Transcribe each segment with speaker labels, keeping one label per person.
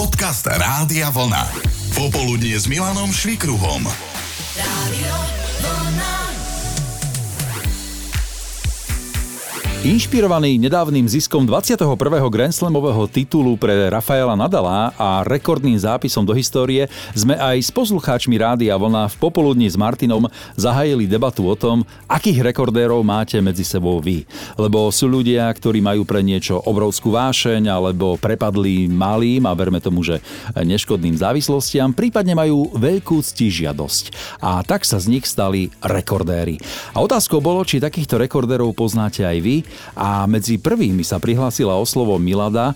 Speaker 1: podcast Rádia Vlna. Popoludnie s Milanom Švikruhom.
Speaker 2: Inšpirovaný nedávnym ziskom 21. Grand Slamového titulu pre Rafaela Nadala a rekordným zápisom do histórie sme aj s poslucháčmi Rádia Vlna v popoludní s Martinom zahajili debatu o tom, akých rekordérov máte medzi sebou vy. Lebo sú ľudia, ktorí majú pre niečo obrovskú vášeň alebo prepadli malým a verme tomu, že neškodným závislostiam, prípadne majú veľkú ctižiadosť. A tak sa z nich stali rekordéri. A otázkou bolo, či takýchto rekordérov poznáte aj vy a medzi prvými sa prihlásila o slovo Milada e,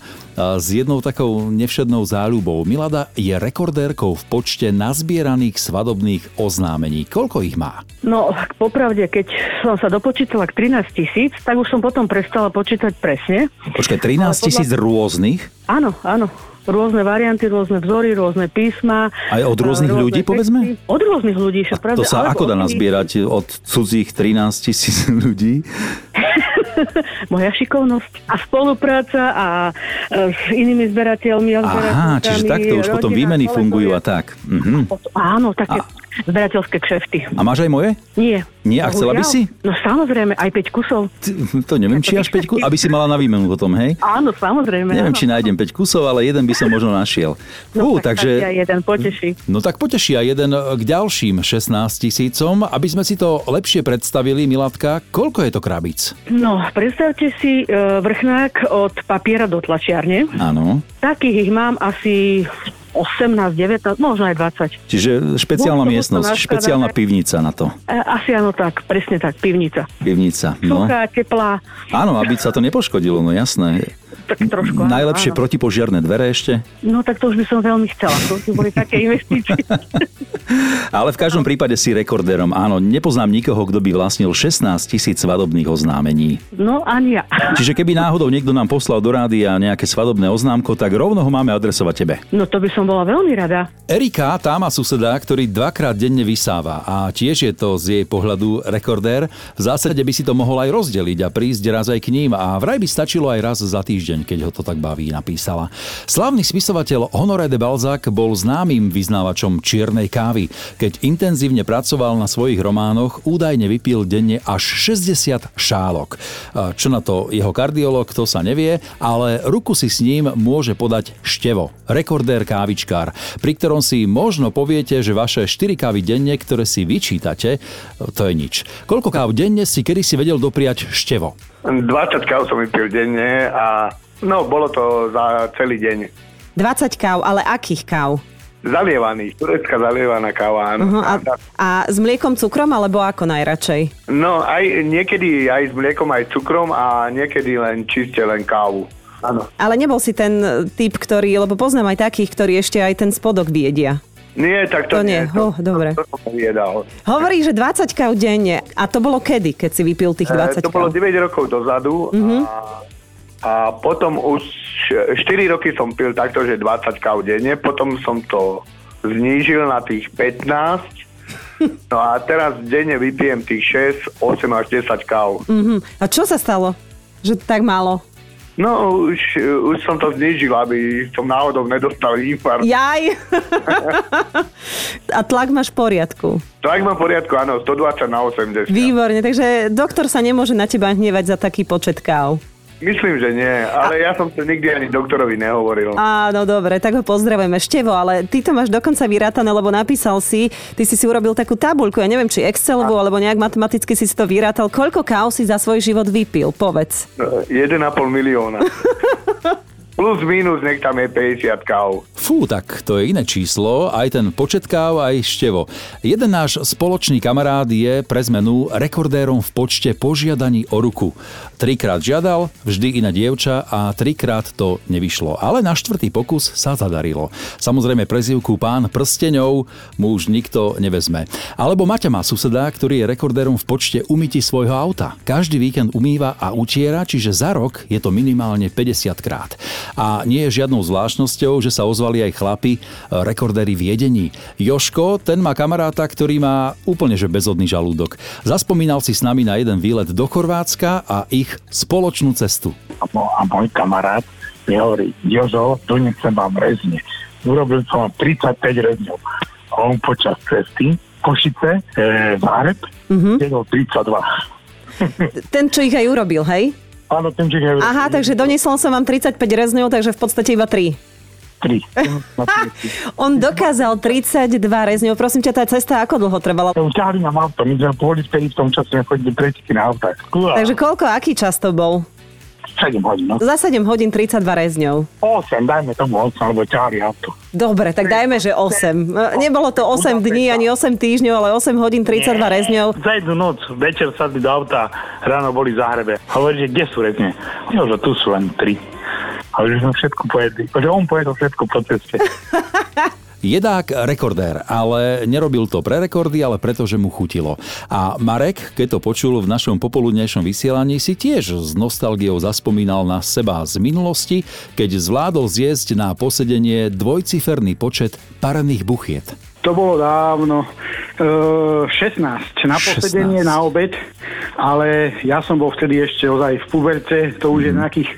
Speaker 2: s jednou takou nevšednou záľubou. Milada je rekordérkou v počte nazbieraných svadobných oznámení. Koľko ich má?
Speaker 3: No, popravde, keď som sa dopočítala k 13 tisíc, tak už som potom prestala počítať presne.
Speaker 2: Počkaj, 13 tisíc rôznych?
Speaker 3: Áno, áno. Rôzne varianty, rôzne vzory, rôzne písma.
Speaker 2: Aj od rôznych
Speaker 3: rôzne
Speaker 2: ľudí, povedzme?
Speaker 3: Od rôznych ľudí, však pravda.
Speaker 2: To sa
Speaker 3: alebo
Speaker 2: ako dá
Speaker 3: od iných.
Speaker 2: nazbierať od cudzích 13 tisíc ľudí?
Speaker 3: Moja šikovnosť a spolupráca a e, s inými zberateľmi a
Speaker 2: Aha, čiže
Speaker 3: zberateľkami,
Speaker 2: takto už potom
Speaker 3: rodina,
Speaker 2: výmeny
Speaker 3: kolegovia.
Speaker 2: fungujú a tak. Mhm.
Speaker 3: Potom- Áno, také
Speaker 2: A-
Speaker 3: zberateľské kšefty.
Speaker 2: A máš aj moje?
Speaker 3: Nie.
Speaker 2: Nie, a chcela by
Speaker 3: Bohužiaľ.
Speaker 2: si?
Speaker 3: No samozrejme, aj 5 kusov.
Speaker 2: Ty, To neviem, či až 5 aby si mala na výmenu potom, hej?
Speaker 3: Áno, samozrejme.
Speaker 2: Neviem,
Speaker 3: áno.
Speaker 2: či nájdem 5 kusov, ale jeden by som možno našiel. Fú,
Speaker 3: No, tak
Speaker 2: takže...
Speaker 3: tak ja jeden poteší.
Speaker 2: No tak potešia jeden k ďalším 16 tisícom, aby sme si to lepšie predstavili, Milatka, koľko je to krabíc?
Speaker 3: No, predstavte si e, vrchnák od papiera do tlačiarne.
Speaker 2: Áno.
Speaker 3: Takých ich mám asi 18, 19, možno aj 20.
Speaker 2: Čiže špeciálna
Speaker 3: Bolo to
Speaker 2: miestnosť,
Speaker 3: naskladané.
Speaker 2: špeciálna pivnica na to.
Speaker 3: E, asi áno tak, presne tak, pivnica.
Speaker 2: Pivnica, no.
Speaker 3: Suchá, teplá,
Speaker 2: Áno, aby sa to nepoškodilo, no jasné.
Speaker 3: tak trošku. áno,
Speaker 2: Najlepšie
Speaker 3: áno.
Speaker 2: protipožiarne dvere ešte.
Speaker 3: No tak to už by som veľmi chcela. To už by boli také investície.
Speaker 2: Ale v každom prípade si rekordérom. Áno, nepoznám nikoho, kto by vlastnil 16 tisíc svadobných oznámení.
Speaker 3: No ani ja.
Speaker 2: Čiže keby náhodou niekto nám poslal do rádia nejaké svadobné oznámko, tak rovno ho máme adresovať tebe.
Speaker 3: No to by som bola veľmi rada.
Speaker 2: Erika tá má suseda, ktorý dvakrát denne vysáva a tiež je to z jej pohľadu rekordér. V zásade by si to mohol aj rozdeliť a prísť raz aj k ním a vraj by stačilo aj raz za týždeň, keď ho to tak baví, napísala. Slavný spisovateľ Honoré de Balzac bol známym vyznávačom čiernej kávy. Keď intenzívne pracoval na svojich románoch, údajne vypil denne až 60 šálok. A Čo na to jeho kardiolog, to sa nevie, ale ruku si s ním môže podať Števo, rekordér kávičkár, pri ktorom si možno poviete, že vaše 4 kávy denne, ktoré si vyčítate, e, to je nič. Koľko káv denne si kedy si vedel dopriať Števo?
Speaker 4: 20 káv som vypil denne a no, bolo to za celý deň.
Speaker 5: 20 káv, ale akých káv?
Speaker 4: Zalievaný, turecká zalievaná káva, áno.
Speaker 5: Uh-huh, a, a s mliekom, cukrom alebo ako najradšej?
Speaker 4: No, aj niekedy aj s mliekom, aj cukrom a niekedy len čiste len kávu. Áno.
Speaker 5: Ale nebol si ten e, typ, ktorý, lebo poznám aj takých, ktorí ešte aj ten spodok jedia.
Speaker 4: Nie, tak to,
Speaker 5: To nie,
Speaker 4: To,
Speaker 5: oh, dobre.
Speaker 4: To, to, som nejedal.
Speaker 5: Hovorí, že 20 káv denne. A to bolo kedy, keď si vypil tých
Speaker 4: E,
Speaker 5: 20
Speaker 4: to bolo
Speaker 5: káv?
Speaker 4: 9 rokov dozadu a, a potom už 4 roky som pil takto, že 20 káv denne, potom som to znížil na tých 15 No a teraz denne vypijem tých 6, 8 až 10 káv.
Speaker 5: Uh-huh. A čo sa stalo? Že tak málo?
Speaker 4: No už, už som to znížil, aby som náhodou nedostal infarkt.
Speaker 5: Jaj! a tlak máš v poriadku.
Speaker 4: Tak mám v poriadku, áno, 120 na 80.
Speaker 5: Výborne, takže doktor sa nemôže na teba hnevať za taký počet káv.
Speaker 4: Myslím, že nie, ale ja som to nikdy ani doktorovi nehovoril.
Speaker 5: Áno, no dobre, tak ho pozdravujeme. Števo, ale ty to máš dokonca vyrátané, lebo napísal si, ty si si urobil takú tabuľku, ja neviem, či Excelovú, alebo nejak matematicky si si to vyrátal. Koľko káv si za svoj život vypil? Povedz.
Speaker 4: 1,5 milióna. Plus minus, nech tam je 50 káv.
Speaker 2: Fú, tak to je iné číslo, aj ten počet káv, aj števo. Jeden náš spoločný kamarát je pre zmenu rekordérom v počte požiadaní o ruku. Trikrát žiadal, vždy iná dievča a trikrát to nevyšlo. Ale na štvrtý pokus sa zadarilo. Samozrejme prezivku pán prsteňov mu už nikto nevezme. Alebo Maťa má suseda, ktorý je rekordérom v počte umytí svojho auta. Každý víkend umýva a utiera, čiže za rok je to minimálne 50 krát. A nie je žiadnou zvláštnosťou, že sa ozvali aj chlapi, e, rekordéri v jedení. Joško, ten má kamaráta, ktorý má úplne že bezodný žalúdok. Zaspomínal si s nami na jeden výlet do Chorvátska a ich spoločnú cestu.
Speaker 6: No a, mo, a môj kamarát mi hovorí, Jozo, donesem vám rezne. urobil som 35 rezňov. A on počas cesty Košice, e, Záreb,
Speaker 5: Mhm.
Speaker 6: mm-hmm. 32.
Speaker 5: Ten, čo ich aj urobil, hej?
Speaker 6: Áno, ten že je
Speaker 5: Aha, takže doniesol som vám 35 rezňov, takže v podstate iba 3.
Speaker 6: 3. Na
Speaker 5: On dokázal 32 rezňov. Prosím ťa, tá cesta ako dlho trvala?
Speaker 6: Ťahali nám auto, my sme boli vtedy v tom čase, sme chodili preteky na autách.
Speaker 5: Takže koľko, aký čas to bol?
Speaker 6: 7 hodín, no.
Speaker 5: Za 7 hodín 32 rezňov.
Speaker 6: 8, dajme tomu 8, lebo ťahali auto.
Speaker 5: Dobre, tak dajme, že 8. Nebolo to 8 dní ani 8 týždňov, ale 8 hodín 32 rezňov.
Speaker 6: Za jednu noc, večer sadli do auta, ráno boli v Zahrebe. Hovorí, že kde sú rezne? Jo, že tu sú len tri. A že sme všetko pojedli. Že on pojedol všetko po ceste.
Speaker 2: Jedák rekordér, ale nerobil to pre rekordy, ale preto, že mu chutilo. A Marek, keď to počul v našom popoludnejšom vysielaní, si tiež s nostalgiou zaspomínal na seba z minulosti, keď zvládol zjesť na posedenie dvojciferný počet parených buchiet.
Speaker 7: To bolo dávno, e, 16, na
Speaker 2: 16.
Speaker 7: posedenie, na obed, ale ja som bol vtedy ešte ozaj v puberte, to už je nejakých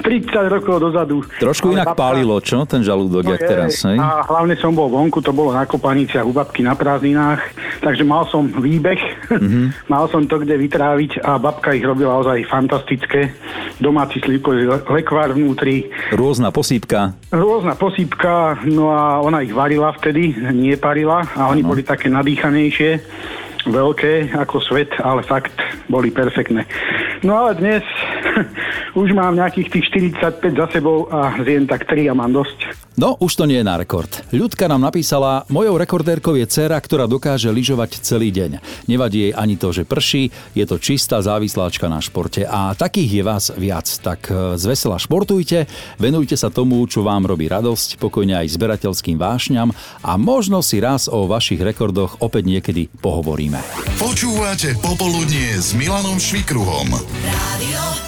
Speaker 7: 30 rokov dozadu.
Speaker 2: Mhm. Trošku
Speaker 7: Ale
Speaker 2: inak
Speaker 7: babka-
Speaker 2: pálilo, čo? Ten žalúdok, jak
Speaker 7: Hej,
Speaker 2: teraz, hej?
Speaker 7: A hlavne som bol vonku, to bolo na kopaniciach u babky na prázdninách, takže mal som výbeh,
Speaker 2: Mhm.
Speaker 7: mm-hmm. mal som to kde vytráviť a babka ich robila ozaj fantastické. Domáci slivkový le- lekvár vnútri,
Speaker 2: Rôzna posýpka.
Speaker 7: Rôzna posypka, no a ona ich varila vtedy, nie parila a oni boli také nadýchanejšie, veľké ako svet, ale fakt boli perfektné. No ale dnes už mám nejakých tých 45 za sebou a zjem tak 3 a mám dosť.
Speaker 2: No, už to nie je na rekord. Ľudka nám napísala, mojou rekordérkou je dcera, ktorá dokáže lyžovať celý deň. Nevadí jej ani to, že prší, je to čistá závisláčka na športe a takých je vás viac. Tak e, z vesela športujte, venujte sa tomu, čo vám robí radosť, pokojne aj zberateľským vášňam a možno si raz o vašich rekordoch opäť niekedy pohovoríme.
Speaker 1: Počúvate Popoludnie s Milanom Švikruhom.
Speaker 8: Radio